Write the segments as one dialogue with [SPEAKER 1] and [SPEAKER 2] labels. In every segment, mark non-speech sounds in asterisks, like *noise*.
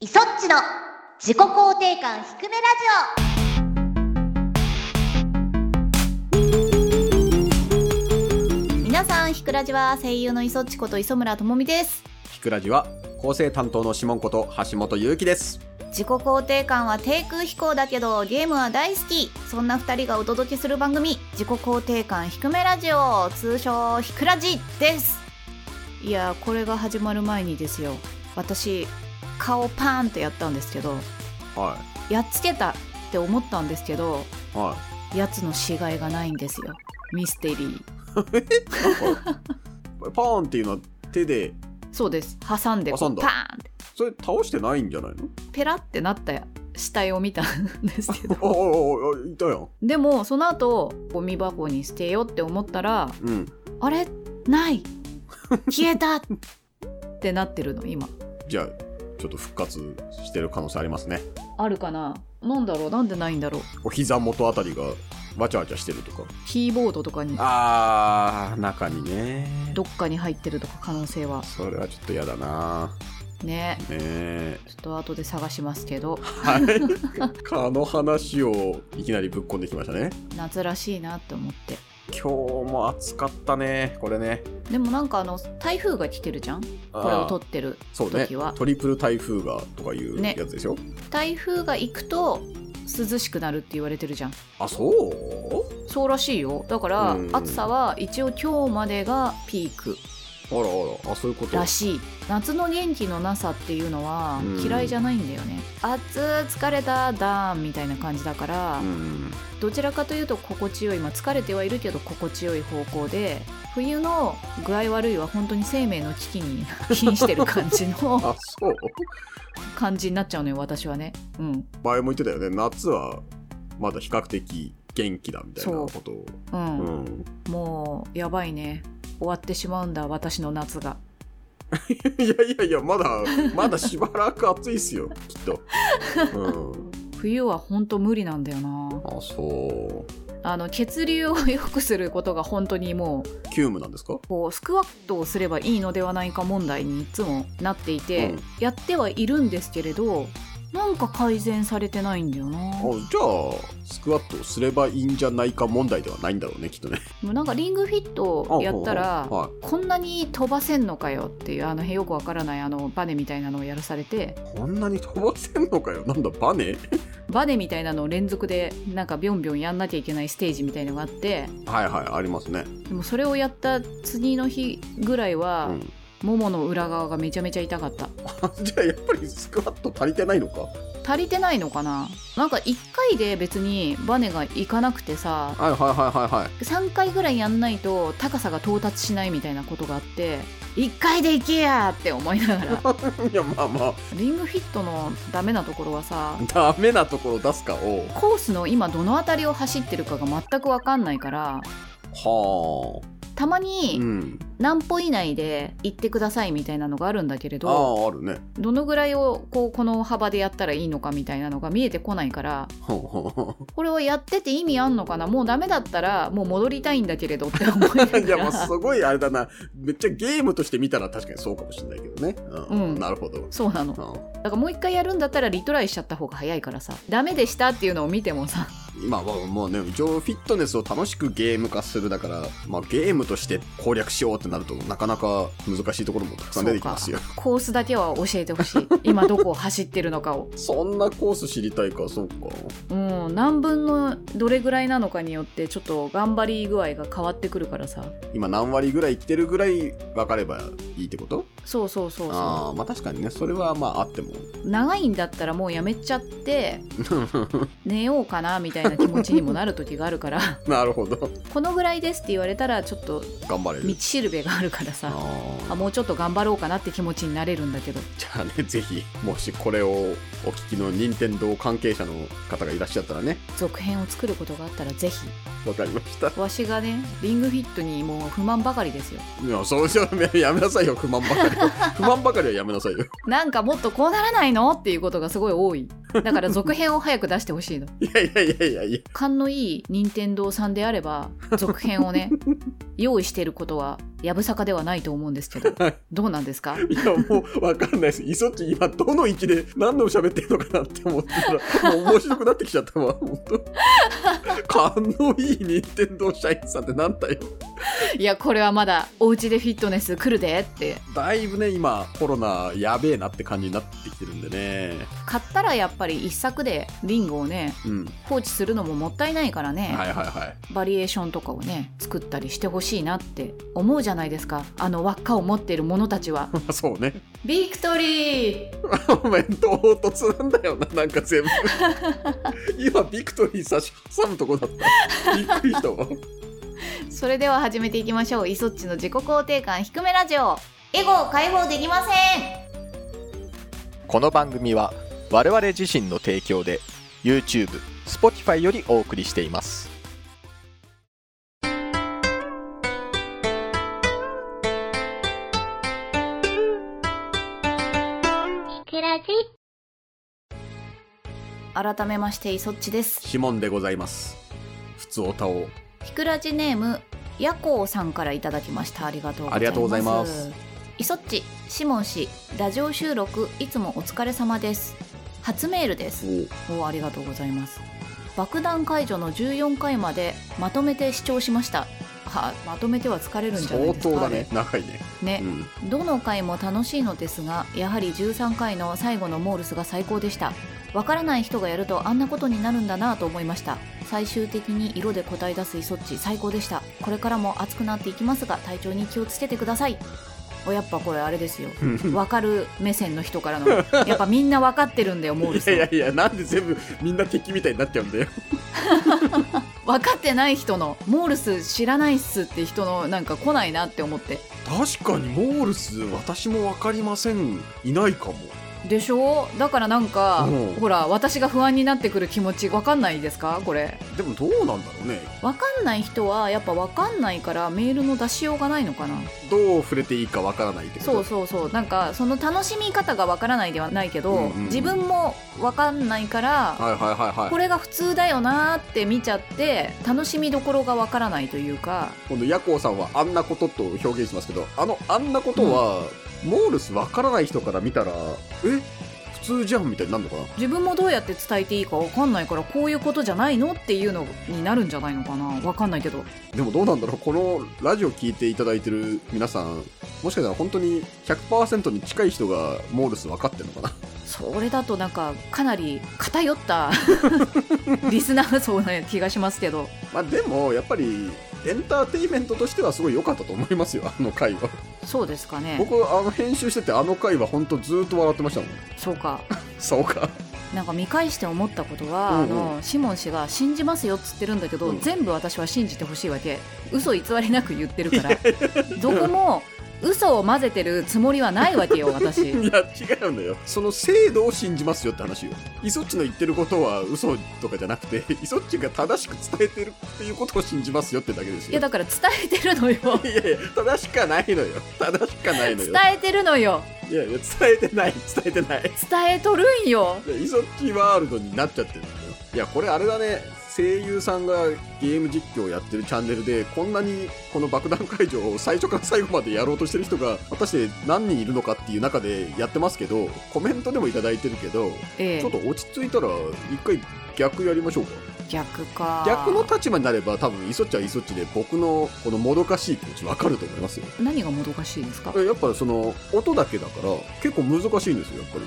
[SPEAKER 1] イソッチの自己肯定感低めラジ
[SPEAKER 2] 皆さんひくらじは声優の磯ちこと磯村智美です
[SPEAKER 3] ひくらじは構成担当のシモンこと橋本優希です。
[SPEAKER 2] 自己肯定感は低空飛行だけどゲームは大好きそんな二人がお届けする番組自己肯定感低めラジオ通称ひくらじですいやこれが始まる前にですよ私顔パーンってやったんですけど
[SPEAKER 3] は
[SPEAKER 2] やっつけたって思ったんですけど
[SPEAKER 3] い。は
[SPEAKER 2] やつの死骸がないんですよミステリー
[SPEAKER 3] い。なんか、 *laughs* パーンっていうのは手で、
[SPEAKER 2] そうです挟んでこ
[SPEAKER 3] 挟ん
[SPEAKER 2] う
[SPEAKER 3] だ
[SPEAKER 2] パーンって
[SPEAKER 3] それ倒してないんじゃ *laughs* ないの
[SPEAKER 2] ペラってなった死体を見たんです
[SPEAKER 3] *laughs*
[SPEAKER 2] けど
[SPEAKER 3] ああ、ああ、いたやん。
[SPEAKER 2] でもその後ゴミ箱に捨てようって思ったら
[SPEAKER 3] うん。
[SPEAKER 2] あれない消えたってなってるの今
[SPEAKER 3] じゃあ、ちょっと復活してる可能性ありますね。
[SPEAKER 2] あるかななんだろうなんでないんだろう
[SPEAKER 3] お膝元あたりがわちゃわちゃしてるとか。
[SPEAKER 2] キーボードとかに
[SPEAKER 3] あー、中にね。
[SPEAKER 2] どっかに入ってるとか可能性は
[SPEAKER 3] それはちょっと嫌だな。
[SPEAKER 2] ね
[SPEAKER 3] ねえ。
[SPEAKER 2] ちょっと後で探しますけど
[SPEAKER 3] はい。かの話をいきなりぶっこんできましたね。
[SPEAKER 2] 夏らしいなって思って
[SPEAKER 3] 今日も暑かったね、これね。
[SPEAKER 2] でもなんかあの台風が来てるじゃんこれを撮ってる
[SPEAKER 3] そうね
[SPEAKER 2] 時は
[SPEAKER 3] トリプル台風がとかいう
[SPEAKER 2] ね
[SPEAKER 3] やつでしょ、
[SPEAKER 2] 台風が行くと涼しくなるって言われてるじゃん
[SPEAKER 3] あそう
[SPEAKER 2] そうらしいよだから
[SPEAKER 3] うん
[SPEAKER 2] 暑さは一応今日までがピーク
[SPEAKER 3] あらあらあそういうこと
[SPEAKER 2] らしい夏の元気のなさっていうのは
[SPEAKER 3] うん
[SPEAKER 2] 嫌いじゃないんだよね、暑疲れたダーンみたいな感じだから、
[SPEAKER 3] うん
[SPEAKER 2] どちらかというと心地よい、まあ、疲れてはいるけど心地よい方向で冬の具合悪いは本当に生命の危機に *laughs* 瀕してる感じの
[SPEAKER 3] *laughs* あそう
[SPEAKER 2] 感じになっちゃうのよ私はねうん
[SPEAKER 3] 前も言ってたよね夏はまだ比較的元気だみたいなことを
[SPEAKER 2] うん、
[SPEAKER 3] うん、 *laughs*
[SPEAKER 2] もうやばいね終わってしまうんだ私の夏が
[SPEAKER 3] いやいやいやまだまだしばらく暑いっすよ *laughs* きっと、うん、
[SPEAKER 2] 冬は本当無理なんだよな
[SPEAKER 3] あそう
[SPEAKER 2] あの血流を良くすることが本当にもう
[SPEAKER 3] 急務なんですか
[SPEAKER 2] こうスクワットをすればいいのではないか問題にいつもなっていて、
[SPEAKER 3] うん
[SPEAKER 2] やってはいるんですけれどなんか改善されてないんだよな
[SPEAKER 3] あじゃあスクワットをすればいいんじゃないか問題ではないんだろうねきっとね
[SPEAKER 2] もうなんかリングフィットをやったら
[SPEAKER 3] は
[SPEAKER 2] こんなに飛ばせんのかよっていうあのよくわからないあのバネみたいなのをやらされて
[SPEAKER 3] い、こんなに飛ばせんのかよなんだバネ
[SPEAKER 2] バネみたいなのを連続でなんかビョンビョンやんなきゃいけないステージみたいのがあって
[SPEAKER 3] はいはいありますね
[SPEAKER 2] でもそれをやった次の日ぐらいは
[SPEAKER 3] う、ん
[SPEAKER 2] ももの裏側がめちゃめちゃ痛かった
[SPEAKER 3] *laughs* じゃあやっぱりスクワット足りてないのか
[SPEAKER 2] 足りてないのかななんか1回で別にバネがいかなくてさ
[SPEAKER 3] はいはいはいはいはい
[SPEAKER 2] 3回ぐらいやんないと高さが到達しないみたいなことがあって1回でいけやって思いながら
[SPEAKER 3] *laughs* いやまあまあ
[SPEAKER 2] リングフィットのダメなところはさ
[SPEAKER 3] ダメなところ出すかを
[SPEAKER 2] コースの今どの辺りを走ってるかが全く分かんないから
[SPEAKER 3] は
[SPEAKER 2] たま
[SPEAKER 3] あ
[SPEAKER 2] に
[SPEAKER 3] うん
[SPEAKER 2] 何歩以内で行ってくださいみたいなのがあるんだけれ
[SPEAKER 3] あ
[SPEAKER 2] ど
[SPEAKER 3] ああるね *laughs*
[SPEAKER 2] どのぐらいをこうこの幅でやったらいいのかみたいなのが見えてこないから
[SPEAKER 3] ほうほうほ
[SPEAKER 2] これをやってて意味あんのかなもうダメだったらもう戻りたいんだけれどって思い
[SPEAKER 3] *laughs*
[SPEAKER 2] なが
[SPEAKER 3] う
[SPEAKER 2] ら
[SPEAKER 3] いやまあすごいあれだなめっちゃゲームとして見たら確かにそうかもしれないけどねうん、
[SPEAKER 2] うん
[SPEAKER 3] なるほど
[SPEAKER 2] そうなのだ
[SPEAKER 3] うん
[SPEAKER 2] からもう一回やるんだったらリトライしちゃった方が早いからさダメでしたっていうのを見てもさ
[SPEAKER 3] 今はもうね一応フィットネスを楽しくゲーム化するだから、まあ、ゲームとして攻略しようってなるとなかなか難しいところもたくさん出てきますよ
[SPEAKER 2] コースだけは教えてほしい今どこを走ってるのかを
[SPEAKER 3] そんなコース知りたいかそうか
[SPEAKER 2] うん何分のどれぐらいなのかによってちょっと頑張り具合が変わってくるからさ
[SPEAKER 3] 今何割ぐらいいってるぐらい分かればいいってこと
[SPEAKER 2] そうそうそう
[SPEAKER 3] あ
[SPEAKER 2] そ
[SPEAKER 3] あまあ確かにねそれはまああっても *laughs*
[SPEAKER 2] う長いんだったらもうやめちゃって寝ようかなみたいな気持ちにもなる時があるから
[SPEAKER 3] なるほど
[SPEAKER 2] このぐらいですって言われたらちょっと
[SPEAKER 3] 頑張れ
[SPEAKER 2] 道
[SPEAKER 3] る
[SPEAKER 2] しるべがあるからさ
[SPEAKER 3] あ
[SPEAKER 2] あ
[SPEAKER 3] あ
[SPEAKER 2] もうちょっと頑張ろうかなって気持ちになれるんだけど
[SPEAKER 3] じゃあねぜひもしこれをお聞きの任天堂関係者の方がいらっしゃったらね
[SPEAKER 2] 続編を作ることがあったらぜひ
[SPEAKER 3] わかりました
[SPEAKER 2] わしがねリングフィットにもう不満ばかりですよ
[SPEAKER 3] いやそうじゃやめなさいよ
[SPEAKER 2] *laughs*
[SPEAKER 3] 不満ばかりは不満ばかりはやめなさいよ
[SPEAKER 2] なんかもっとこうならないのっていうことがすごい多いだから続編を早く出してほしいの。 *laughs*
[SPEAKER 3] いやいやいやいやいや。
[SPEAKER 2] 勘のいい任天堂さんであれば続編を
[SPEAKER 3] *laughs*
[SPEAKER 2] ね用意していることはやぶさかではないと思うんですけど
[SPEAKER 3] はい
[SPEAKER 2] どうなんですか
[SPEAKER 3] いや、もう、わかんないです。いそっち、今、どの域で何度も喋ってるのかなって思ってたら、もう面白くなってきちゃったわ、本当勘のいい任天堂社員さんってなんだよ。
[SPEAKER 2] いやこれはまだお家でフィットネス来るでって
[SPEAKER 3] だいぶね、今、コロナ、やべえなって感じになってきてるんでね。
[SPEAKER 2] 買ったらやっぱり一作でリンゴをね
[SPEAKER 3] うん。
[SPEAKER 2] 放置するのももったいないからね、
[SPEAKER 3] はいはいはい。 *laughs*
[SPEAKER 2] バリエーションとかをね作ったりしてほしいなって思うじゃないですかあの輪っかを持っている者たちは
[SPEAKER 3] まあ、そうね。
[SPEAKER 2] ビクトリー
[SPEAKER 3] お前、唐突なんだよな、なんか全部。今、ビクトリー差し挟むとこだった。びっくりしたわ。
[SPEAKER 2] それでは始めていきましょうイソッチの自己肯定感低めラジオエゴを解放できません
[SPEAKER 4] この番組は我々自身の提供で YouTube、Spotify よりお送りしています。
[SPEAKER 1] ひくらじ。
[SPEAKER 2] 改めましてイソッチです
[SPEAKER 3] 指紋でございます。普通おたを。
[SPEAKER 2] ひくらじネームヤコウさんからいただきましたありがとうございます
[SPEAKER 3] ありがとうございます
[SPEAKER 2] イソッチシモン氏ラジオ収録いつもお疲れ様です初メールですおありがとうございます爆弾解除の14回までまとめて視聴しましたはまとめては疲れるんじゃない
[SPEAKER 3] 相
[SPEAKER 2] ですか
[SPEAKER 3] 当だね
[SPEAKER 2] あ。
[SPEAKER 3] 長いね。
[SPEAKER 2] れね、
[SPEAKER 3] うん。
[SPEAKER 2] どの回も楽しいのですがやはり13回の最後のモールスが最高でしたわからない人がやるとあんなことになるんだなぁと思いました最終的に色で答え出すイソッチ最高でしたこれからも暑くなっていきますが体調に気をつけてくださいおやっぱこれあれですよわかる目線の人からのやっぱみんなわかってるんだよモール
[SPEAKER 3] い
[SPEAKER 2] ス
[SPEAKER 3] や
[SPEAKER 2] はい
[SPEAKER 3] やいや、なんで全部みんな敵みたいになっちゃうんだよ。
[SPEAKER 2] 分かってない人のモールス知らないっすって人のなんか来ないなって思って
[SPEAKER 3] 確かにモールス、私もわかりません。いないかも。
[SPEAKER 2] でしょだからなんか、
[SPEAKER 3] うん
[SPEAKER 2] ほら私が不安になってくる気持ちわかんないですかこれ
[SPEAKER 3] でもどうなんだろうね。
[SPEAKER 2] わかんない人はやっぱわかんないからメールの出しようがないのかな
[SPEAKER 3] どう触れていいかわからないってこと
[SPEAKER 2] そうそうそうなんかその楽しみ方がわからないではないけど、
[SPEAKER 3] うんうんうん
[SPEAKER 2] 自分もわかんないから
[SPEAKER 3] はいはいはいはい。
[SPEAKER 2] これが普通だよなーって見ちゃって楽しみどころがわからないというか
[SPEAKER 3] 今度ヤコウさんは「あんなこと」と表現しますけどあの「あんなことは」モールスわからない人から見たら「え普通じゃん」みたいになるのかな
[SPEAKER 2] 自分もどうやって伝えていいかわかんないからこういうことじゃないのっていうのになるんじゃないのかなわかんないけど
[SPEAKER 3] でもどうなんだろうこのラジオ聞いていただいてる皆さんもしかしたら本当に100%に近い人がモールス分かってるのかな
[SPEAKER 2] それだとなんかかなり偏ったリスナー層な気がしますけど
[SPEAKER 3] まあでもやっぱりエンターテインメントとしてはすごい良かったと思いますよ *laughs* あの回は
[SPEAKER 2] そうですかね
[SPEAKER 3] 僕あの編集しててあの回は本当ずーっと笑ってましたもん
[SPEAKER 2] そうか
[SPEAKER 3] そうか
[SPEAKER 2] なんか見返して思ったことは、
[SPEAKER 3] うんうん
[SPEAKER 2] あのシモン氏が「信じますよ」っつってるんだけど、
[SPEAKER 3] うん
[SPEAKER 2] 全部私は信じてほしいわけ嘘偽りなく言ってるからどこも嘘を混ぜてるつもりはないわけよ
[SPEAKER 3] *laughs*
[SPEAKER 2] 私
[SPEAKER 3] いや違うんだよその制度を信じますよって話よイソッチの言ってることは嘘とかじゃなくてイソッチが正しく伝えてるっていうことを信じますよってだけです
[SPEAKER 2] いや
[SPEAKER 3] よ
[SPEAKER 2] だから伝えてるのよ
[SPEAKER 3] いやいや正しかないのよ正しかないの
[SPEAKER 2] 伝
[SPEAKER 3] よ
[SPEAKER 2] えてるのよ
[SPEAKER 3] いやいや伝えてない伝えてない
[SPEAKER 2] 伝えとるんよ
[SPEAKER 3] いやイソッチワールドになっちゃってるんだよいやこれあれだね声優さんがゲーム実況をやってるチャンネルでこんなにこの爆弾解除を最初から最後までやろうとしてる人が果たして何人いるのかっていう中でやってますけどコメントでもいただいてるけど
[SPEAKER 2] え
[SPEAKER 3] ちょっ
[SPEAKER 2] え
[SPEAKER 3] と落ち着いたら、一回逆やりましょうか。
[SPEAKER 2] 逆か
[SPEAKER 3] 逆の立場になれば、多分、いそっちはいそっちで、僕のこのもどかしい気持ち分かると思いますよ。
[SPEAKER 2] 何がもどかしいですかう
[SPEAKER 3] えやっぱその、音だけだから、結構難しいんですよ、やっぱり。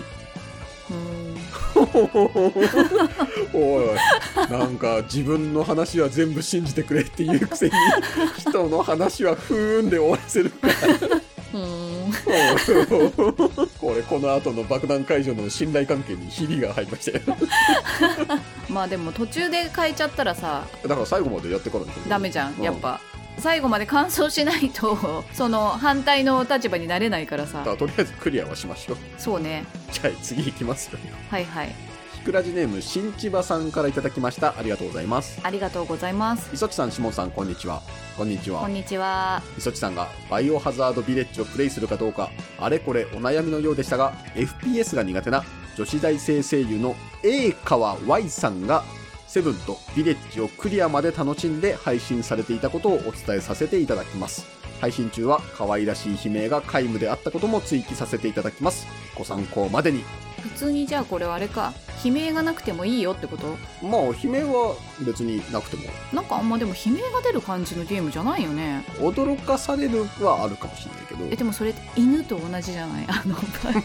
[SPEAKER 2] ーん
[SPEAKER 3] おいおい、なんか自分の話は全部信じてくれっていうくせに、人の話はふーんで終わらせるから。
[SPEAKER 2] うーん
[SPEAKER 3] これ、この後の爆弾解除の信頼関係にひびが入りましたよ。
[SPEAKER 2] まあでも途中で変えちゃったらさ
[SPEAKER 3] だから最後までやってからでしょ
[SPEAKER 2] ダメじゃん
[SPEAKER 3] うん
[SPEAKER 2] やっぱ、最後まで完走しないと *laughs* その反対の立場になれないから
[SPEAKER 3] だか
[SPEAKER 2] さ
[SPEAKER 3] らとりあえずクリアはしましょう。
[SPEAKER 2] そうね
[SPEAKER 3] じゃあ次いきますよ。
[SPEAKER 2] はいはい
[SPEAKER 3] ひくらじネーム、しんちばさんからいただきました。ありがとうございます。
[SPEAKER 2] ありがとうございます
[SPEAKER 3] 磯地さん、しもんさん、こんにちは。こんにち
[SPEAKER 2] こ
[SPEAKER 3] は
[SPEAKER 2] ん。にちは
[SPEAKER 3] 磯地さんがバイオハザードビレッジをプレイするかどうか、あれこれお悩みのようでしたが、FPS が苦手な女子大生声優の A 川 Y さんがセブンとヴィレッジをクリアまで楽しんで配信されていたことをお伝えさせていただきます。配信中は可愛らしい悲鳴が皆無であったことも追記させていただきます。ご参考までに。
[SPEAKER 2] 普通にじゃあこれはあれか悲鳴がなくてもいいよってこと
[SPEAKER 3] まあ、悲鳴は別になくても、
[SPEAKER 2] なんかあんまでも悲鳴が出る感じのゲームじゃないよね
[SPEAKER 3] 驚かされるはあるかもしれないけど
[SPEAKER 2] え、でもそれ犬と同じじゃないあの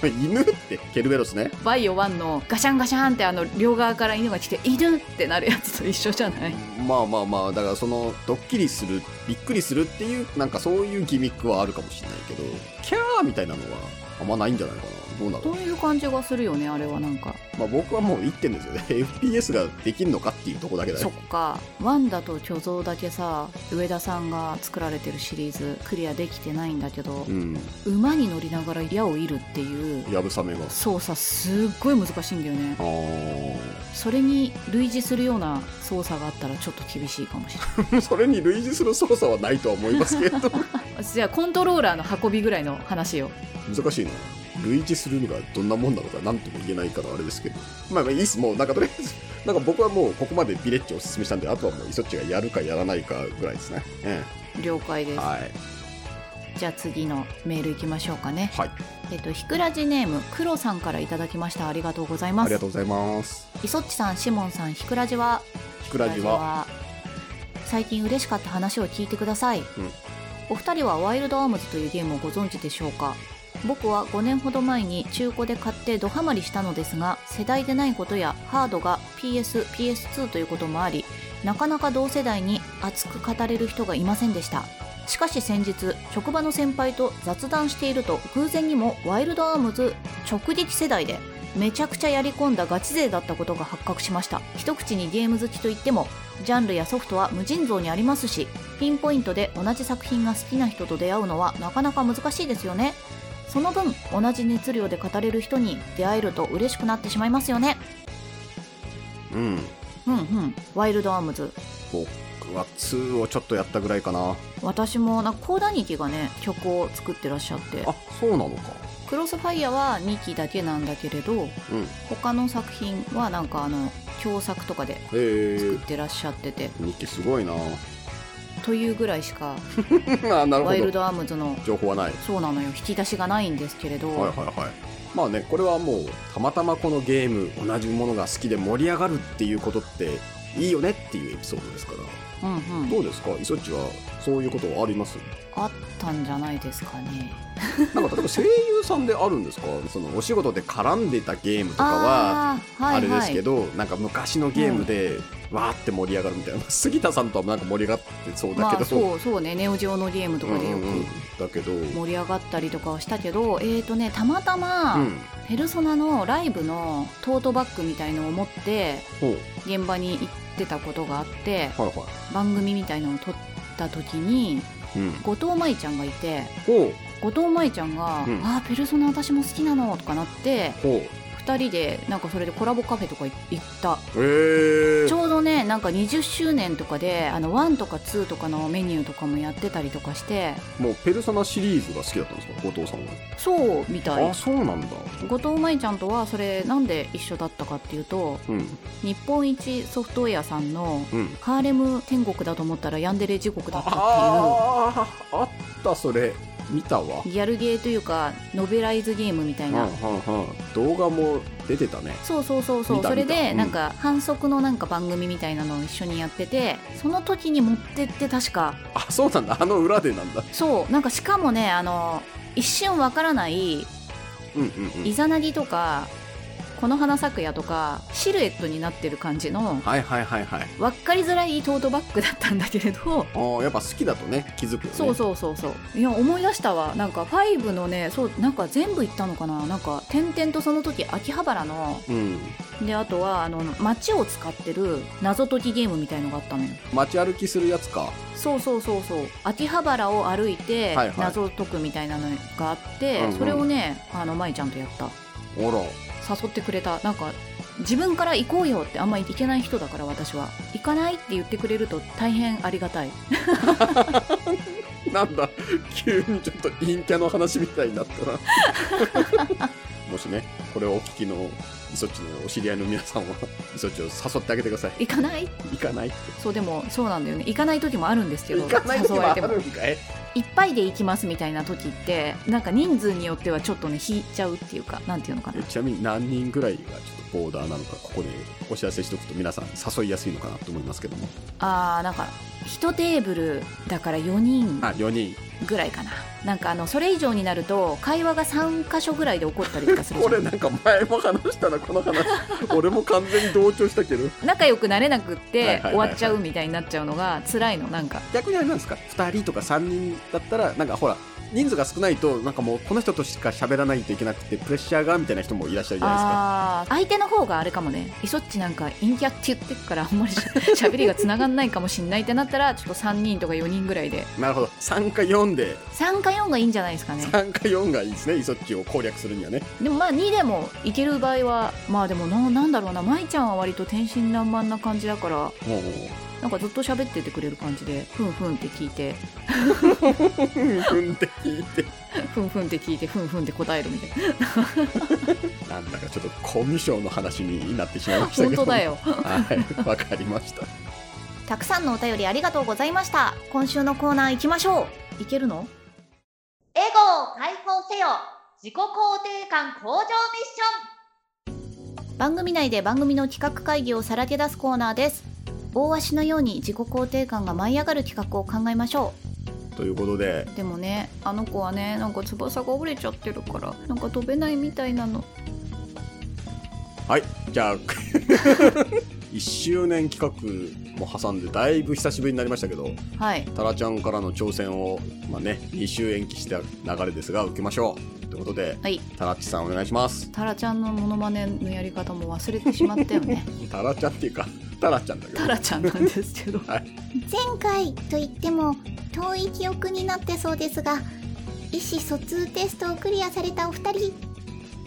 [SPEAKER 2] バイ
[SPEAKER 3] *laughs* 犬って、ケルベロスね。
[SPEAKER 2] バイオ1のガシャンガシャンってあの両側から犬が来て犬ってなるやつと一緒じゃない
[SPEAKER 3] まあまあまあ、だからその、ドッキリする、びっくりするっていう、なんかそういうギミックはあるかもしれないけど、キャーみたいなのは、あんまないんじゃないかな。どうな
[SPEAKER 2] そう
[SPEAKER 3] の
[SPEAKER 2] いう感じがするよねあれはなんか
[SPEAKER 3] まあ僕はもう言ってんですよね。FPS *laughs* ができんのかっていうとこだけだ
[SPEAKER 2] そっ
[SPEAKER 3] よ。
[SPEAKER 2] かワンダと巨像だけさ上田さんが作られてるシリーズクリアできてないんだけど
[SPEAKER 3] う、ん。
[SPEAKER 2] 馬に乗りながら矢を射るっていう
[SPEAKER 3] やぶさめが。
[SPEAKER 2] 操作すっごい難しいんだよね
[SPEAKER 3] あー *laughs*
[SPEAKER 2] それに類似するような操作があったらちょっと厳しいかもしれな
[SPEAKER 3] それに類似する操作はないとは思います
[SPEAKER 2] *laughs*
[SPEAKER 3] けど
[SPEAKER 2] い *laughs* じゃあコントローラーの運びぐらいの話よ
[SPEAKER 3] 難しいな類似するのがどんなもんなのか何とも言えないからあれですけどまあまあいいっすもうなんかとりあえず *laughs* なんか僕はもうここまでビレッジをおすすめしたんであとはもうイソッチがやるかやらないかぐらいですね、え
[SPEAKER 2] 了解で
[SPEAKER 3] え
[SPEAKER 2] す
[SPEAKER 3] はい
[SPEAKER 2] じゃあ次のメールいきましょうかね
[SPEAKER 3] はい
[SPEAKER 2] えっとひくらじネームクロさんからいただきましたありがとうござい
[SPEAKER 3] あ
[SPEAKER 2] ま
[SPEAKER 3] りが
[SPEAKER 2] す
[SPEAKER 3] とうございます
[SPEAKER 2] いそっちさんしもんさんひくらじは
[SPEAKER 3] ひくらじは
[SPEAKER 2] 最近嬉しかった話を聞いてください、お二人はワイルドアームズというゲームをご存知でしょうか僕は5年ほど前に中古で買ってドハマりしたのですが世代でないことやハードが PSPS2 ということもありなかなか同世代に熱く語れる人がいませんでしたしかし先日職場の先輩と雑談していると偶然にもワイルドアームズ直撃世代でめちゃくちゃやり込んだガチ勢だったことが発覚しました一口にゲーム好きといってもジャンルやソフトは無尽蔵にありますしピンポイントで同じ作品が好きな人と出会うのはなかなか難しいですよねその分同じ熱量で語れる人に出会えると嬉しくなってしまいますよね
[SPEAKER 3] うん
[SPEAKER 2] うんうんワイルドアームズ
[SPEAKER 3] 僕は2をちょっとやったぐらいかな
[SPEAKER 2] 私もなんかコーダニキがね曲を作ってらっしゃって
[SPEAKER 3] あそうなのか
[SPEAKER 2] クロスファイアは2期だけなんだけれど
[SPEAKER 3] うん
[SPEAKER 2] 他の作品はなんかあの共作とかで
[SPEAKER 3] え
[SPEAKER 2] 作っ
[SPEAKER 3] ー、
[SPEAKER 2] てらっしゃってて、
[SPEAKER 3] 日記すごいな *laughs*
[SPEAKER 2] というぐらいしか
[SPEAKER 3] あなるほ
[SPEAKER 2] ワイル
[SPEAKER 3] ど
[SPEAKER 2] ドアームズの
[SPEAKER 3] 情報はない
[SPEAKER 2] そうなのよ引き出しがないんですけれど、
[SPEAKER 3] はいはいはいまあねこれはもうたまたまこのゲーム同じものが好きで盛り上がるっていうことっていいよねっていうエピソードですから
[SPEAKER 2] うんうん
[SPEAKER 3] どうですかイソッチはそういうことはあります
[SPEAKER 2] あったんじゃないですかね
[SPEAKER 3] なんか例えば声優さんであるんですかそのお仕事で絡んでたゲームとかは
[SPEAKER 2] あーはい
[SPEAKER 3] あれですけ
[SPEAKER 2] ど
[SPEAKER 3] ど、なんか昔のゲームでわーって盛り上がるみたいな、 *laughs* 杉田さんとはなんか盛り上がってそうだ
[SPEAKER 2] ま
[SPEAKER 3] け
[SPEAKER 2] あ
[SPEAKER 3] ど、
[SPEAKER 2] そうそうねネオジオのゲームと
[SPEAKER 3] うん
[SPEAKER 2] かでよ
[SPEAKER 3] うんう
[SPEAKER 2] く
[SPEAKER 3] んだけど、う
[SPEAKER 2] 盛り上がったりとかはしたけど、えーとねたまたま
[SPEAKER 3] ん、
[SPEAKER 2] ペルソナのライブのトートバッグみたいのを持って
[SPEAKER 3] ほう
[SPEAKER 2] 現場に行ってたことがあって
[SPEAKER 3] はいは
[SPEAKER 2] 番組みたいのを撮った時に
[SPEAKER 3] い、うん、
[SPEAKER 2] 後藤舞ちゃんがいて
[SPEAKER 3] ほう
[SPEAKER 2] 後藤舞ちゃんが「
[SPEAKER 3] うん
[SPEAKER 2] ああペルソナ私も好きなの」とかなって
[SPEAKER 3] ほう
[SPEAKER 2] 2人でなんかそれでコラボカフェとか行った
[SPEAKER 3] えー
[SPEAKER 2] ち、ょうどねなんか20周年とかであの1とか2とかのメニューとかもやってたりとかして
[SPEAKER 3] もうペルソナシリーズが好きだったんですか後藤さんは、
[SPEAKER 2] そうみたい
[SPEAKER 3] あそうなんだ
[SPEAKER 2] 後藤舞ちゃんとはそれなんで一緒だったかっていうと
[SPEAKER 3] うん
[SPEAKER 2] 日本一ソフトウェアさんの
[SPEAKER 3] うん
[SPEAKER 2] ハーレム天国だと思ったらヤンデレ地獄だったって
[SPEAKER 3] あああったそれ見たわ
[SPEAKER 2] いうギャルゲーというかノベライズゲームみたいな、
[SPEAKER 3] はんはんはん動画も出てたね
[SPEAKER 2] そうそうそうそ
[SPEAKER 3] 見
[SPEAKER 2] う
[SPEAKER 3] た
[SPEAKER 2] それ
[SPEAKER 3] 見た
[SPEAKER 2] で
[SPEAKER 3] うん
[SPEAKER 2] なんか反則のなんか番組みたいなのを一緒にやっててその時に持ってって確か
[SPEAKER 3] あそうなんだあの裏でなんだ
[SPEAKER 2] そうなんかしかもねあの一瞬わからない
[SPEAKER 3] うんうんう
[SPEAKER 2] イザナギとかこの花咲くやとかシルエットになってる感じの
[SPEAKER 3] はいはいはいはい
[SPEAKER 2] わかりづらいトートバッグだったんだけれど
[SPEAKER 3] あーやっぱ好きだとね気づくよね
[SPEAKER 2] そうそうそうそういや思い出したわなんか5のねそうなんか全部行ったのかななんか点々とその時秋葉原の
[SPEAKER 3] うん
[SPEAKER 2] であとはあの街を使ってる謎解きゲームみたいのがあったのよ
[SPEAKER 3] 街歩きするやつか
[SPEAKER 2] そうそうそうそう秋葉原を歩いて
[SPEAKER 3] はいはい
[SPEAKER 2] 謎解くみたいなのがあって、
[SPEAKER 3] うんうん
[SPEAKER 2] それをねあの舞ちゃんとやった
[SPEAKER 3] あら
[SPEAKER 2] 誘ってくれたなんか自分から行こうよってあんまり行けない人だから私は行かないって言ってくれると大変ありがたい
[SPEAKER 3] *laughs* なんだ急にちょっと陰キャの話みたいになったなもしねこれをお聞きのイソッチのお知り合いの皆さんはイソッチを誘ってあげてください
[SPEAKER 2] 行かない
[SPEAKER 3] 行かないって
[SPEAKER 2] そうでもそうなんだよね行かない時もあるんですけど
[SPEAKER 3] 行かない
[SPEAKER 2] 誘
[SPEAKER 3] 時も
[SPEAKER 2] わ
[SPEAKER 3] あ
[SPEAKER 2] れても
[SPEAKER 3] るんかい
[SPEAKER 2] いっぱいで行きますみたいな時ってなんか人数によってはちょっとね引いちゃうっていうかなんていうのかな
[SPEAKER 3] えちなみに何人ぐらいがちょっとボーダーなのかここでお知らせしておくと皆さん誘いやすいのかなと思いますけども
[SPEAKER 2] あーなんか1テーブルだから4人
[SPEAKER 3] あ4人
[SPEAKER 2] ぐらいかななんかあのそれ以上になると会話が3箇所ぐらいで起こったりとかするじ
[SPEAKER 3] *laughs* こ
[SPEAKER 2] ゃん
[SPEAKER 3] れなんか前も話したなこの話 *laughs* 俺も完全に同調したけど
[SPEAKER 2] 仲良くなれなくっ
[SPEAKER 3] はいはい
[SPEAKER 2] て
[SPEAKER 3] はいはい
[SPEAKER 2] 終わっちゃうみたいになっちゃうのが辛いのなんか
[SPEAKER 3] 逆にあれなんですか2人とか3人だったらなんかほら人数が少ないとなんかもうこの人としか喋らないといけなくてプレッシャーがみたいな人もいらっしゃるじゃないですか
[SPEAKER 2] あー相手の方があれかもねいそっちなんか陰キャって言ってるからあんまり
[SPEAKER 3] *laughs*
[SPEAKER 2] しゃ喋りがつながんないかもしんないってなったらちょっと3人とか4人ぐらいで
[SPEAKER 3] なるほど3か4で
[SPEAKER 2] 3か4がいいんじゃないですかね
[SPEAKER 3] 3か4がいいですねイソッチを攻略するにはね
[SPEAKER 2] でもまあ2でもいける場合はまあでもななんだろうな舞ちゃんは割と天真爛漫な感じだから *laughs*
[SPEAKER 3] もう
[SPEAKER 2] なんかずっと喋っててくれる感じでふんふんって聞いて *laughs*
[SPEAKER 3] ふんふんって聞いて
[SPEAKER 2] ふんふんって聞いてふんふんって答えるみ
[SPEAKER 3] *laughs*
[SPEAKER 2] たいな
[SPEAKER 3] なんだかちょっとコミュ障の話になってしまいましたけ
[SPEAKER 2] 本
[SPEAKER 3] ど
[SPEAKER 2] 当だよ
[SPEAKER 3] はいわかりました
[SPEAKER 2] たくさんのお便りありがとうございました今週のコーナー行きましょういけるの
[SPEAKER 1] エゴを解放せよ自己肯定感向上ミッシ
[SPEAKER 2] 番組内で番組の企画会議をさらけ出すコーナーです大足のように自己肯定感が舞い上がる企画を考えましょ
[SPEAKER 3] ということで
[SPEAKER 2] うでもねあの子はねなんか翼が折れちゃってるからなんか飛べないみたいなの
[SPEAKER 3] はいじゃあ1周年企画も挟んでだいぶ久しぶりになりましたけど
[SPEAKER 2] はい
[SPEAKER 3] タラちゃんからの挑戦を、まあね、2週延期した流れですが受けましょうということで
[SPEAKER 2] はい
[SPEAKER 3] タラッチさんお願いします
[SPEAKER 2] タラちゃんのモノマネのやり方も忘れてしまったよ
[SPEAKER 3] *laughs*
[SPEAKER 2] ね
[SPEAKER 3] タラちゃんっていうか *laughs* タラちゃんだけど
[SPEAKER 2] タラちゃんなんですけ
[SPEAKER 3] *laughs*
[SPEAKER 2] ど
[SPEAKER 1] ョン前回と言っても遠い記憶になってそうですが意思疎通テストをクリアされたお二人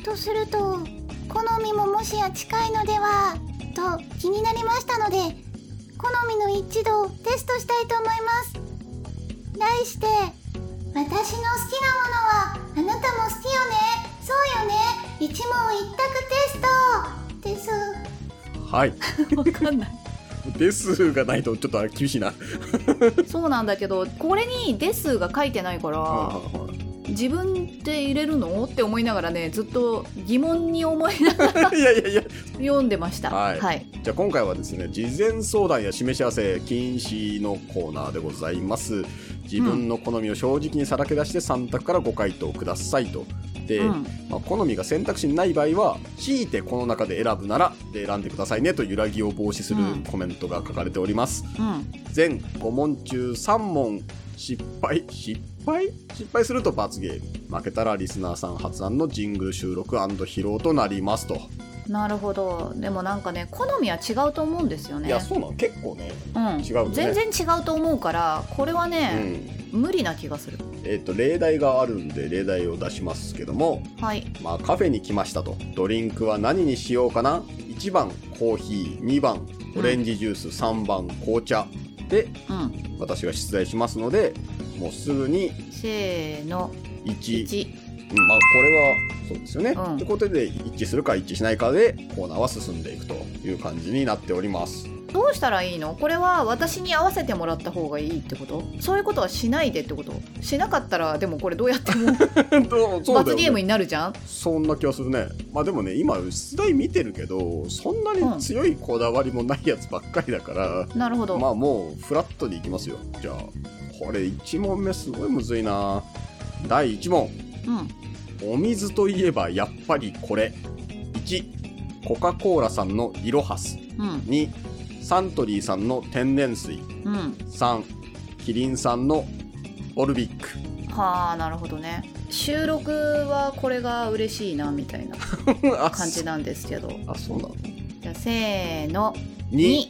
[SPEAKER 1] とすると好みももしや近いのではと気になりましたので好みの一致度をテストしたいと思います題して私の好きなものはあなたも好きよねそうよね一問一択テストです
[SPEAKER 3] はい
[SPEAKER 2] わかんない
[SPEAKER 3] ですがないとちょっと厳し *laughs* いな
[SPEAKER 2] そうなんだけどこれに「です」が書いてないから自分で入れるのって思いながらねずっと疑問に思いながら
[SPEAKER 3] *laughs* いやいやいや
[SPEAKER 2] 読んでました
[SPEAKER 3] はい
[SPEAKER 2] はい、
[SPEAKER 3] じゃあ今回はですね事前相談や示し合わせ禁止のコーナーでございます自分の好みを正直にさらけ出して3択からご回答くださいとで、
[SPEAKER 2] うん
[SPEAKER 3] まあ、好みが選択肢にない場合は強いてこの中で選ぶならで選んでくださいねと揺らぎを防止する
[SPEAKER 2] うん
[SPEAKER 3] コメントが書かれております、
[SPEAKER 2] うん、
[SPEAKER 3] 全5問中3問失敗失敗失敗すると罰ゲーム負けたらリスナーさん発案のジングル収録披露となりますと、
[SPEAKER 2] なるほどでもなんかね好みは違うと思うんですよね
[SPEAKER 3] いやそうなの結構ね
[SPEAKER 2] うん、
[SPEAKER 3] 違うよね
[SPEAKER 2] 全然違うと思うからこれは
[SPEAKER 3] う
[SPEAKER 2] ね、
[SPEAKER 3] ん
[SPEAKER 2] 無理な気がする
[SPEAKER 3] えっと例題があるんで例題を出しますけども、
[SPEAKER 2] はい
[SPEAKER 3] まあ、カフェに来ましたとドリンクは何にしようかな1番コーヒー2番オレンジジュース3番紅茶で
[SPEAKER 2] うん
[SPEAKER 3] 私が出題しますのでもうすぐに
[SPEAKER 2] せーの
[SPEAKER 3] 1、
[SPEAKER 2] 1
[SPEAKER 3] うんまあ、これはそうですよね。
[SPEAKER 2] うん
[SPEAKER 3] ってことで一致するか一致しないかでコーナーは進んでいくという感じになっております。
[SPEAKER 2] *laughs* どうしたらいいのこれは私に合わせてもらった方がいいってことそういうことはしないでってことしなかったらでもこれどうやっても
[SPEAKER 3] どうそうだ
[SPEAKER 2] 罰
[SPEAKER 3] よね
[SPEAKER 2] ゲームになるじゃん
[SPEAKER 3] そんな気はするね。まあでもね、今、出題見てるけど、そんなに強いこだわりもないやつばっかりだから、
[SPEAKER 2] なるほど、
[SPEAKER 3] まあもう、フラットでいきますよ。じゃあ、これ1問目すごいむずいな第1問。
[SPEAKER 2] うん
[SPEAKER 3] お水といえばやっぱりこれ。1、コカ・コーラさんのイロハス。
[SPEAKER 2] うん
[SPEAKER 3] 2、サントリーさんの天然水。
[SPEAKER 2] うん
[SPEAKER 3] 3、キリンさんのオルビッ
[SPEAKER 2] *laughs*
[SPEAKER 3] ク。
[SPEAKER 2] はあなるほどね収録はこれが嬉しいなみたいな
[SPEAKER 3] あ
[SPEAKER 2] 感じなんですけ
[SPEAKER 3] *laughs*
[SPEAKER 2] ど
[SPEAKER 3] あ、そうなの
[SPEAKER 2] じゃあせーの
[SPEAKER 3] ?2、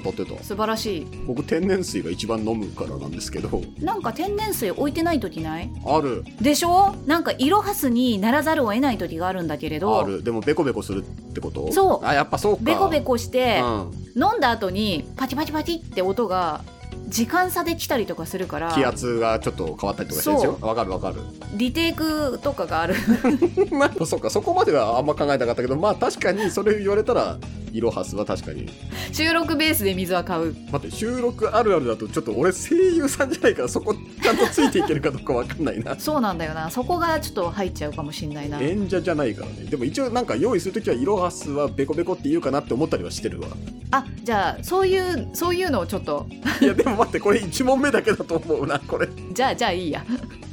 [SPEAKER 2] お
[SPEAKER 3] お、当たってた
[SPEAKER 2] お。素晴らし
[SPEAKER 3] 僕天然水が一番飲むからなんですけど
[SPEAKER 2] いなんか天然水置いてない時ない
[SPEAKER 3] ある
[SPEAKER 2] でしょなんかイロハスにならざるを得ない時があるんだけれ
[SPEAKER 3] あ
[SPEAKER 2] ど
[SPEAKER 3] るでもベコベコするってこと
[SPEAKER 2] そう
[SPEAKER 3] あやっぱそうか
[SPEAKER 2] ベコベコして、
[SPEAKER 3] うん
[SPEAKER 2] 飲んだ後にパチパチパチって音が時間差で来たりとかするから
[SPEAKER 3] 気圧がちょっと変わったりとかしてるんですよ
[SPEAKER 2] そ
[SPEAKER 3] わかるわかる
[SPEAKER 2] *laughs* リテイクとかがある *laughs*
[SPEAKER 3] まあそうかそこまではあんま考えなかったけどまあ確かにそれ言われたらイロハスは確かに
[SPEAKER 2] 収録ベースで水は買う
[SPEAKER 3] 待って収録あるあるだとちょっと俺声優さんじゃないからそこちゃんとついていけるかどうかわかんないな
[SPEAKER 2] そうなんだよなそこがちょっと入っちゃうかもし *laughs* んないな
[SPEAKER 3] 演者じゃないからねでも一応なんか用意するときはイロハスはベコベコって言うかなって思ったりはしてるわ
[SPEAKER 2] あじゃあそういうそういうのをちょっと
[SPEAKER 3] いやでも待ってこれ1問目だけだと思うなこれ
[SPEAKER 2] じゃあじゃあいいや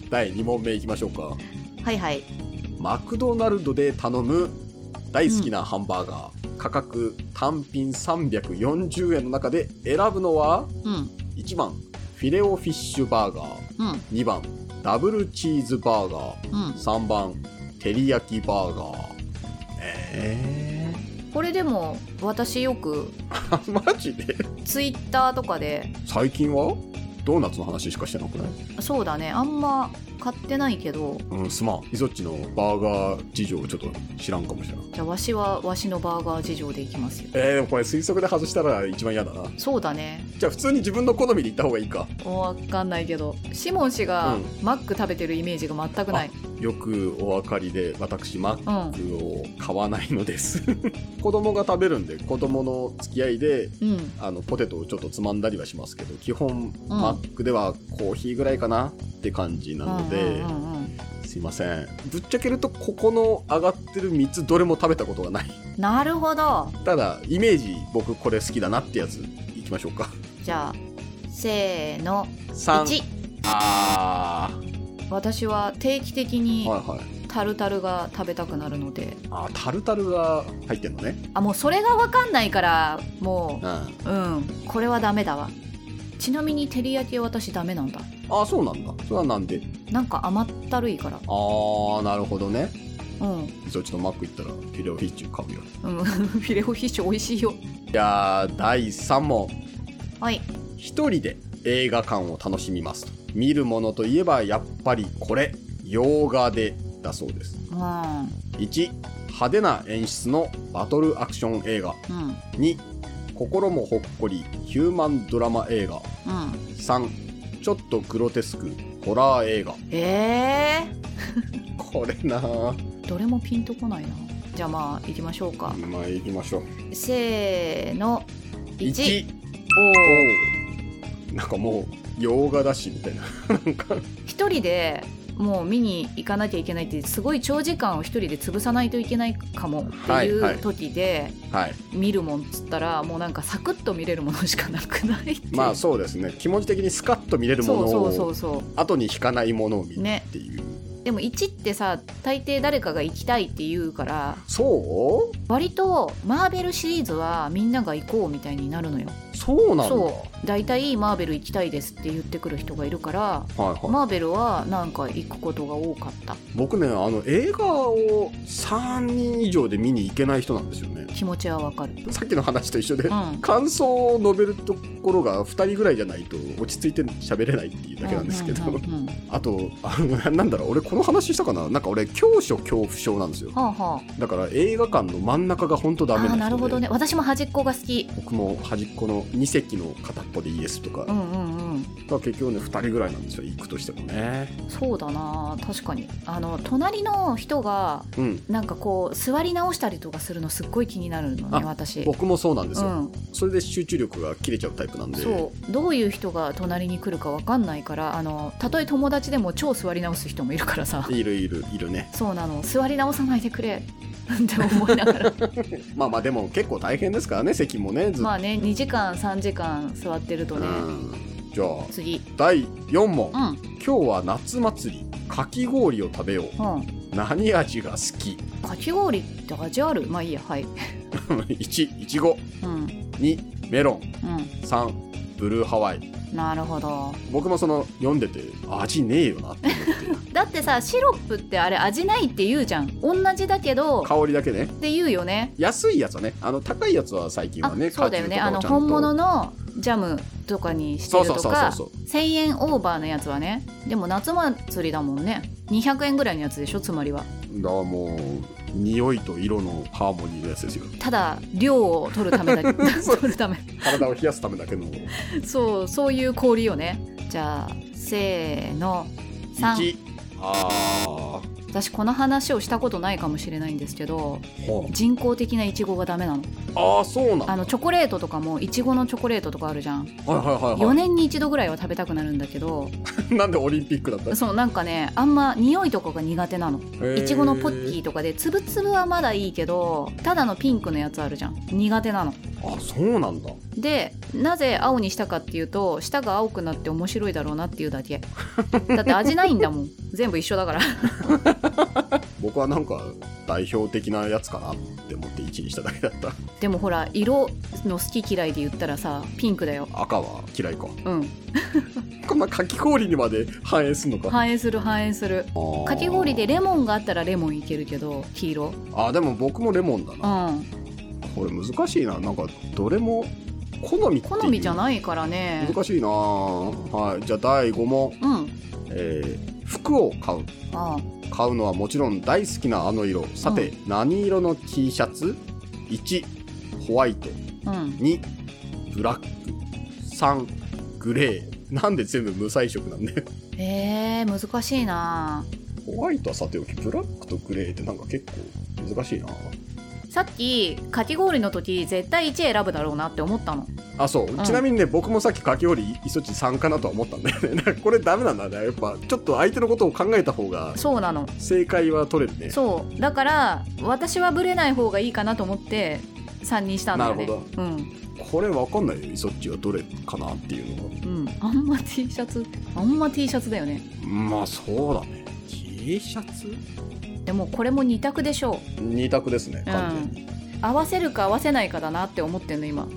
[SPEAKER 3] 第2問目いきましょうか
[SPEAKER 2] はいはい
[SPEAKER 3] マクドナルドで頼む大好きなハンバーガー、価格単品340円の中で選ぶのは
[SPEAKER 2] うん
[SPEAKER 3] 1番フィレオフィッシュバーガー
[SPEAKER 2] うん
[SPEAKER 3] 2番ダブルチーズバーガー
[SPEAKER 2] う
[SPEAKER 3] 3番照り焼きバーガーえ
[SPEAKER 2] んこれでも私よく
[SPEAKER 3] ー、 *laughs* マジで
[SPEAKER 2] ツイッターとかで
[SPEAKER 3] 最近はドーナツの話しかしてなくない
[SPEAKER 2] そうだねあんま買ってないけど
[SPEAKER 3] うんすまんイソッチのバーガー事情ちょっと知らんかもしれない
[SPEAKER 2] じゃあわしはわしのバーガー事情でいきますよ
[SPEAKER 3] えー、でもこれ推測で外したら一番嫌だな
[SPEAKER 2] そうだね
[SPEAKER 3] じゃあ普通に自分の好みで行った方がいいか
[SPEAKER 2] わかんないけどシモン氏が
[SPEAKER 3] うん
[SPEAKER 2] マック食べてるイメージが全くない、
[SPEAKER 3] よくお分かりで私マッ
[SPEAKER 2] うん
[SPEAKER 3] クを買わないのです *laughs* 子供が食べるんで子供の付き合いで
[SPEAKER 2] うん
[SPEAKER 3] あのポテトをちょっとつまんだりはしますけど基本マックではコーヒーぐらいかなって感じな
[SPEAKER 2] うんうん
[SPEAKER 3] ので、
[SPEAKER 2] うんうん
[SPEAKER 3] すいませんぶっちゃけるとここの上がってる3つどれも食べたことがない *laughs*
[SPEAKER 2] なるほど
[SPEAKER 3] ただイメージ僕これ好きだなってやついきましょうか
[SPEAKER 2] じゃあせーの
[SPEAKER 3] 3
[SPEAKER 2] 1
[SPEAKER 3] あ
[SPEAKER 2] 私は定期的
[SPEAKER 3] ー
[SPEAKER 2] に
[SPEAKER 3] はいはい
[SPEAKER 2] タルタルが食べたくなるので
[SPEAKER 3] あータルタルが入ってんのね
[SPEAKER 2] あもうそれが分かんないからも
[SPEAKER 3] うんあ
[SPEAKER 2] ううんこれはダメだわちなみに照り焼きは私ダメなんだ
[SPEAKER 3] ーそうなんだそれはなんで
[SPEAKER 2] なんか甘ったるいから
[SPEAKER 3] あーなるほどね
[SPEAKER 2] うん、
[SPEAKER 3] そっちのマック行ったらフィレオフィッシュ買うよ
[SPEAKER 2] うん、 *laughs* フィレオフィッシュ美味しいよ
[SPEAKER 3] いやー第3問
[SPEAKER 2] はい
[SPEAKER 3] 一人で映画館を楽しみますと見るものといえばやっぱりこれ洋画でだそうです
[SPEAKER 2] うん
[SPEAKER 3] 1派手な演出のバトルアクション映画
[SPEAKER 2] うんうん
[SPEAKER 3] 2心もほっこりヒューマンドラマ映画3ちょっとグロテスクホラー映画
[SPEAKER 2] え
[SPEAKER 3] これなあ
[SPEAKER 2] ー、どれもピンとこないなじゃあまあ行きましょうか
[SPEAKER 3] 今行きましょう
[SPEAKER 2] せーの1
[SPEAKER 3] お
[SPEAKER 2] おお
[SPEAKER 3] おなんかもう洋画だしみたいななんか
[SPEAKER 2] 一人でもう見に行かなきゃいけないってすごい長時間を一人で潰さないといけないかもってい
[SPEAKER 3] はいはいう
[SPEAKER 2] 時で
[SPEAKER 3] はい
[SPEAKER 2] 見るもんっつったらもうなんかサクッと見れるものしかなくないっていう
[SPEAKER 3] まあそうですね気持ち的にスカッと見れるものを
[SPEAKER 2] そうそうそうそ
[SPEAKER 3] 後に引かないものを見る
[SPEAKER 2] うね
[SPEAKER 3] っていう、
[SPEAKER 2] でも1ってさ大抵誰かが行きたいって言うから
[SPEAKER 3] そ
[SPEAKER 2] 割とマーベルシリーズはみんなが行こうみたいになるのよ
[SPEAKER 3] うそうなんだはい
[SPEAKER 2] そう大体マーベル行きたいですって言ってくる人がいるから
[SPEAKER 3] はい、
[SPEAKER 2] マーベルはなんか行くことが多かった
[SPEAKER 3] 僕ねあの映画を3人以上で見に行けない人なんですよね
[SPEAKER 2] 気持ちはわかる
[SPEAKER 3] さっきの話と一緒で、
[SPEAKER 2] うん
[SPEAKER 3] 感想を述べるところが2人ぐらいじゃないと落ち着いて喋れないっていうだけなんですけど、
[SPEAKER 2] うんうんうんうん
[SPEAKER 3] あとあのなんだろう俺この話したかななんか俺高所恐怖症なんですよ
[SPEAKER 2] はあはあ
[SPEAKER 3] だから映画館の真ん中が本当ダメな
[SPEAKER 2] あ
[SPEAKER 3] 人
[SPEAKER 2] ー
[SPEAKER 3] で
[SPEAKER 2] なるほどね私も端っこが好き
[SPEAKER 3] 僕も端っこの2席の片っぽでイエスとか、
[SPEAKER 2] う
[SPEAKER 3] ま
[SPEAKER 2] んうんうん
[SPEAKER 3] あ結局ね2人ぐらいなんですよ行くとしてもね
[SPEAKER 2] そうだな確かにあの隣の人が
[SPEAKER 3] うん
[SPEAKER 2] なんかこう座り直したりとかするのすっごい気になるのね
[SPEAKER 3] あ
[SPEAKER 2] 私
[SPEAKER 3] 僕もそうなんです
[SPEAKER 2] う
[SPEAKER 3] よ、
[SPEAKER 2] ん、
[SPEAKER 3] それで集中力が切れちゃうタイプなんで
[SPEAKER 2] そうどういう人が隣に来るかわかんないからあのたとえ友達でも超座り直す人もいるからさ
[SPEAKER 3] いるいるいるね
[SPEAKER 2] そうなの座り直さないでくれって思いなが
[SPEAKER 3] *laughs*
[SPEAKER 2] ら
[SPEAKER 3] まあまあでも結構大変ですからね席もねずっと、
[SPEAKER 2] まあね2時間3時間座ってるとね
[SPEAKER 3] うんじゃあ
[SPEAKER 2] 次
[SPEAKER 3] 第4問、
[SPEAKER 2] うん
[SPEAKER 3] 今日は夏祭りかき氷を食べよう
[SPEAKER 2] うん
[SPEAKER 3] 何味が好き *laughs*
[SPEAKER 2] かき氷って味あるまあいいやはい
[SPEAKER 3] 1いちご
[SPEAKER 2] うん
[SPEAKER 3] 2メロン
[SPEAKER 2] う
[SPEAKER 3] 3ブルーハワイ
[SPEAKER 2] んなるほど
[SPEAKER 3] 僕もその読んでて味ねえよなって思って
[SPEAKER 2] だってさシロップってあれ味ないって言うじゃん同じだけど *laughs* っ
[SPEAKER 3] 香りだけね
[SPEAKER 2] て言うよね
[SPEAKER 3] 安いやつはねあの高いやつは最近
[SPEAKER 2] あ
[SPEAKER 3] はね
[SPEAKER 2] そうだよね
[SPEAKER 3] 果
[SPEAKER 2] あの
[SPEAKER 3] 汁とかをちゃんと
[SPEAKER 2] 本物のジャムとかにしてると
[SPEAKER 3] そうそう
[SPEAKER 2] か
[SPEAKER 3] そうそ
[SPEAKER 2] 1000円オーバーのやつはねでも夏祭りだもんね200円ぐらいのやつでしょつまりは
[SPEAKER 3] だからもう匂いと色のハーモニーのやつですよ
[SPEAKER 2] ただ量を取るためだ
[SPEAKER 3] *laughs*
[SPEAKER 2] 取るため
[SPEAKER 3] 体を冷やすためだけの
[SPEAKER 2] そうそういう氷よねじゃあせーの3
[SPEAKER 3] 一あ
[SPEAKER 2] 私この話をしたことないかもしれないんですけど
[SPEAKER 3] ーほ
[SPEAKER 2] 人工的なイチゴがダメなの
[SPEAKER 3] ああそうなん
[SPEAKER 2] あ
[SPEAKER 3] はい
[SPEAKER 2] のチョコレートとかもイチゴのチョコレートとかあるじゃん
[SPEAKER 3] はいはい
[SPEAKER 2] 4
[SPEAKER 3] は
[SPEAKER 2] 年に一度ぐらいは食べたくなるんだけど
[SPEAKER 3] い *laughs* なんでオリンピックだった
[SPEAKER 2] そうなんかねあんま匂いとかが苦手なのいちごのポッキ
[SPEAKER 3] キ
[SPEAKER 2] ーとかでつぶつぶはまだいいけどただのピンクのやつあるじゃん苦手なの
[SPEAKER 3] ーあそうなんだ
[SPEAKER 2] でなぜ青にしたかっていうと舌が青くなって面白いだろうなっていうだ
[SPEAKER 3] *laughs*
[SPEAKER 2] けだって味ないんだもん全部一緒だから
[SPEAKER 3] 僕はなんか代表的なやつかなって思って1にしただけだった
[SPEAKER 2] でもほら色の好き嫌いで言ったらさピンクだよ
[SPEAKER 3] 赤は嫌いか
[SPEAKER 2] うん
[SPEAKER 3] こんなかき氷にまで反映すんのか、
[SPEAKER 2] 反映する反映するかき氷でレモンがあったらレモンいけるけど黄色
[SPEAKER 3] あーでも僕もレモンだ
[SPEAKER 2] う
[SPEAKER 3] な、
[SPEAKER 2] ん
[SPEAKER 3] これ難しいななんかどれも好みっていう
[SPEAKER 2] 好みじゃないからね
[SPEAKER 3] 難しいなはいじゃあ第5問、
[SPEAKER 2] うん
[SPEAKER 3] えー服を買う
[SPEAKER 2] ああ
[SPEAKER 3] 買うのはもちろん大好きなあの色さて、何色の T シャツ1ホワイト
[SPEAKER 2] うん
[SPEAKER 3] 2ブラック3グレーなんで全部無彩色なんだよ *laughs*
[SPEAKER 2] えー、難しいな
[SPEAKER 3] ホワイトはさておきブラックとグレーってなんか結構難しいな
[SPEAKER 2] さっきかき氷の時絶対1選ぶだろうなって思ったの
[SPEAKER 3] あそう、
[SPEAKER 2] ん
[SPEAKER 3] ちなみにね僕もさっきかき氷いそち3かなとは思ったんだよね *laughs* なんかこれダメなんだねやっぱちょっと相手のことを考えた方が
[SPEAKER 2] そうなの
[SPEAKER 3] 正解は取れるね
[SPEAKER 2] そうだから私はブレない方がいいかなと思って3にしたんだよね
[SPEAKER 3] なる
[SPEAKER 2] ほどうん
[SPEAKER 3] これわかんないよいそっちはどれかなっていうのは
[SPEAKER 2] うんあんま T シャツあんま T シャツだよね
[SPEAKER 3] まあそうだね T シャツ
[SPEAKER 2] でもこれも2択でしょ
[SPEAKER 3] 二択ですね
[SPEAKER 2] う、う
[SPEAKER 3] 完全
[SPEAKER 2] ん、
[SPEAKER 3] に、
[SPEAKER 2] 合わせるか合わせないかだなって思ってんの今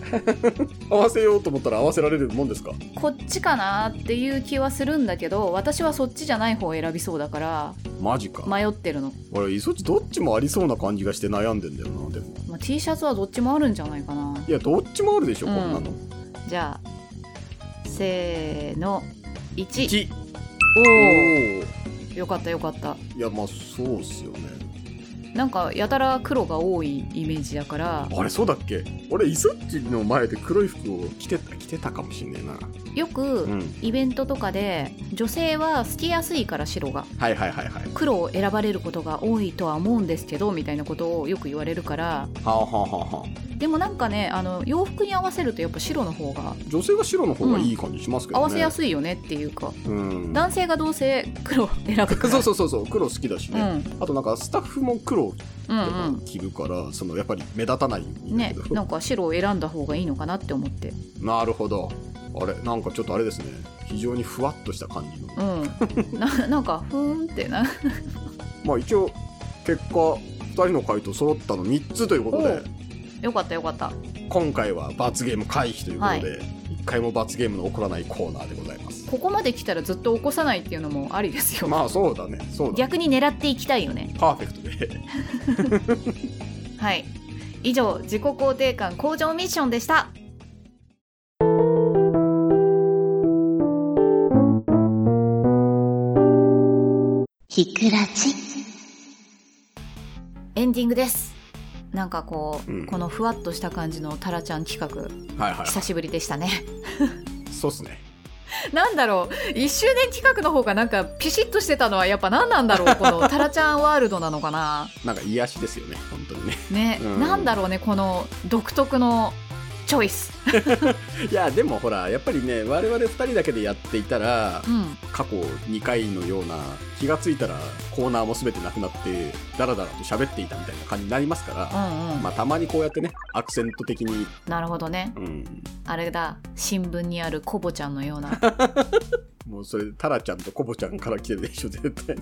[SPEAKER 3] 合わせようと思ったら合わせられるもんですか
[SPEAKER 2] こっちかなっていう気はするんだけど私はそっちじゃない方を選びそうだから
[SPEAKER 3] マジか、
[SPEAKER 2] 迷ってるの、
[SPEAKER 3] 俺いそっちどっちもありそうな感じがして悩んでんだよなでも
[SPEAKER 2] まあ、T シャツはどっちもあるんじゃないかない
[SPEAKER 3] やどっちもあるでしょ、
[SPEAKER 2] うん
[SPEAKER 3] こんなの
[SPEAKER 2] じゃあせーの1
[SPEAKER 3] 1お
[SPEAKER 2] お
[SPEAKER 3] ー
[SPEAKER 2] およかったよかった
[SPEAKER 3] いやまあそうっすよね
[SPEAKER 2] なんかやたら黒が多いイメージだから
[SPEAKER 3] あれそうだっけ俺イソッチの前で黒い服を着てた着てたかもしんねえな
[SPEAKER 2] よく
[SPEAKER 3] ん
[SPEAKER 2] イベントとかで女性は好きやすいから白が
[SPEAKER 3] はいはいはいはい
[SPEAKER 2] 黒を選ばれることが多いとは思うんですけどみたいなことをよく言われるから
[SPEAKER 3] はあはあはあはあ
[SPEAKER 2] でもなんかねあの洋服に合わせるとやっぱ白の方が
[SPEAKER 3] 女性は白の方がいい感じしますけ
[SPEAKER 2] 合
[SPEAKER 3] どね、
[SPEAKER 2] わせやすいよねっていうか
[SPEAKER 3] い、うん、
[SPEAKER 2] 男性がどうせ黒を選ぶから
[SPEAKER 3] そうそうそうそう黒好きだし
[SPEAKER 2] う
[SPEAKER 3] ね、
[SPEAKER 2] ん
[SPEAKER 3] あとなんかスタッフも黒を
[SPEAKER 2] うんうん
[SPEAKER 3] 着るから、そのやっぱり目立たないように
[SPEAKER 2] ね
[SPEAKER 3] だけど
[SPEAKER 2] なんか白を選んだ方がいいのかなって思って
[SPEAKER 3] なるほどあれなんかちょっとあれですね非常にふわっとした感じの、
[SPEAKER 2] うんな *laughs* なんかふーんってな
[SPEAKER 3] まあ一応結果2人の回答揃ったの3つということで
[SPEAKER 2] よかったよかった
[SPEAKER 3] 今回は罰ゲーム回避ということで、1回も罰ゲームの起こらないコーナーでございます
[SPEAKER 2] ここまで来たらずっと起こさないっていうのもありですよ、
[SPEAKER 3] まあそうだねそうだね
[SPEAKER 2] 逆に狙っていきたいよね
[SPEAKER 3] パーフェクトで *laughs*
[SPEAKER 2] はい以上自己肯定感向上ミッションでした
[SPEAKER 1] ひくらじ。
[SPEAKER 2] エンディングですなんかこう、
[SPEAKER 3] うん
[SPEAKER 2] このふわっとした感じのタラちゃん企画
[SPEAKER 3] はいは
[SPEAKER 2] 久しぶりでしたね
[SPEAKER 3] いそうっすね
[SPEAKER 2] なんだろう1周年企画の方がなんかピシッとしてたのはやっぱ何なんだろうこのタラちゃんワールドなのか
[SPEAKER 3] *laughs*
[SPEAKER 2] な
[SPEAKER 3] なんか癒しですよね本当にね
[SPEAKER 2] ね、
[SPEAKER 3] うん
[SPEAKER 2] なんだろうねこの独特のチョイス
[SPEAKER 3] いやでもほらやっぱりね我々2人だけでやっていたら
[SPEAKER 2] うん
[SPEAKER 3] 過去2回のような気がついたらコーナーも全てなくなってダラダラと喋っていたみたいな感じになります
[SPEAKER 2] う
[SPEAKER 3] か
[SPEAKER 2] んう
[SPEAKER 3] ら、
[SPEAKER 2] ん、
[SPEAKER 3] まあ、たまにこうやってねアクセント的に、
[SPEAKER 2] なるほどね
[SPEAKER 3] うん、
[SPEAKER 2] あれだ新聞にあるコボちゃんのような
[SPEAKER 3] *laughs* もうそれタラちゃんとコボちゃんから来てるでしょ絶対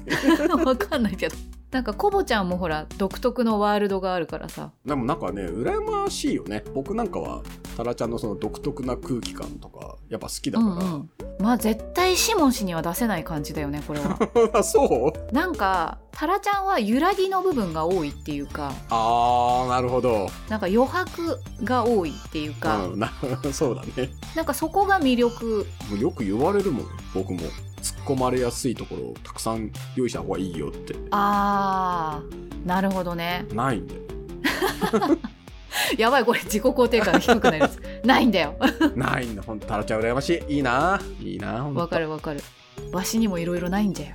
[SPEAKER 3] ね
[SPEAKER 2] わかんないけどなんかコボちゃんもほら独特のワールドがあるからさ
[SPEAKER 3] でもなんかね羨ましいよね僕なんかはタラちゃんのその独特な空気感とかやっぱ好きだ
[SPEAKER 2] う
[SPEAKER 3] か
[SPEAKER 2] んうんまあ絶対シモン氏には出せない感じだよねこ
[SPEAKER 3] *laughs*
[SPEAKER 2] れは
[SPEAKER 3] ら、あそう
[SPEAKER 2] なんかタラちゃんは揺らぎの部分が多いっていうか
[SPEAKER 3] あーなるほど、
[SPEAKER 2] なんか余白が多いっていうか、
[SPEAKER 3] うん、な *laughs* そうだね
[SPEAKER 2] なんかそこが魅力
[SPEAKER 3] もうよく言われるもんね僕も突っ込まれやすいところをたくさん用意した方がいいよって
[SPEAKER 2] あーなるほどね
[SPEAKER 3] ない
[SPEAKER 2] *laughs*
[SPEAKER 3] んだよ
[SPEAKER 2] やばいこれ自己肯定感が低くなるや *laughs* つないんだよ
[SPEAKER 3] ないんだほんとタラちゃん羨ましいいいないいなほんと
[SPEAKER 2] わかるわかるわしにもいろいろないんだよ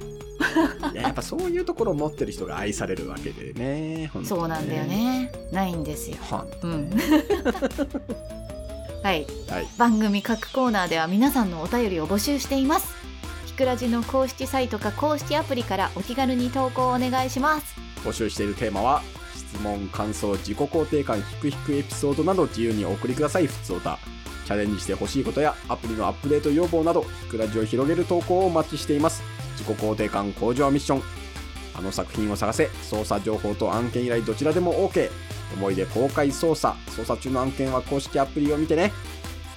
[SPEAKER 3] いややっぱそういうところを持ってる人が愛されるわけでねほとね
[SPEAKER 2] そうなんだよねないんですよ
[SPEAKER 3] ほん
[SPEAKER 2] うん *laughs* はい
[SPEAKER 3] はい
[SPEAKER 2] 番組各コーナーでは皆さんのお便りを募集していますひくらじの公式サイトか公式アプリからお気軽に投稿をお願いします
[SPEAKER 3] 募集しているテーマは質問感想自己肯定感ひくひくエピソードなど自由にお送りくださいふつおたチャレンジしてほしいことやアプリのアップデート要望などひくラジを広げる投稿をお待ちしています自己肯定感向上ミッションあの作品を探せ捜査情報と案件依頼どちらでも OK 思い出公開捜査捜査中の案件は公式アプリを見てね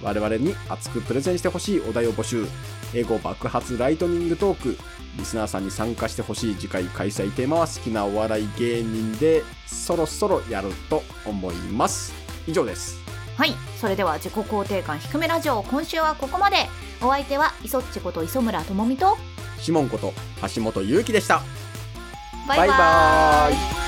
[SPEAKER 3] 我々に熱くプレゼンしてほしいお題を募集エゴ爆発ライトニングトークリスナーさんに参加してほしい次回開催テーマは好きなお笑い芸人でそろそろやると思います以上です
[SPEAKER 2] はいそれでは自己肯定感低めラジオ今週はここまでお相手は磯っちこと磯村智美と
[SPEAKER 3] シモンこと橋本ゆうきでした
[SPEAKER 2] バイババイバーイ
[SPEAKER 3] ーイ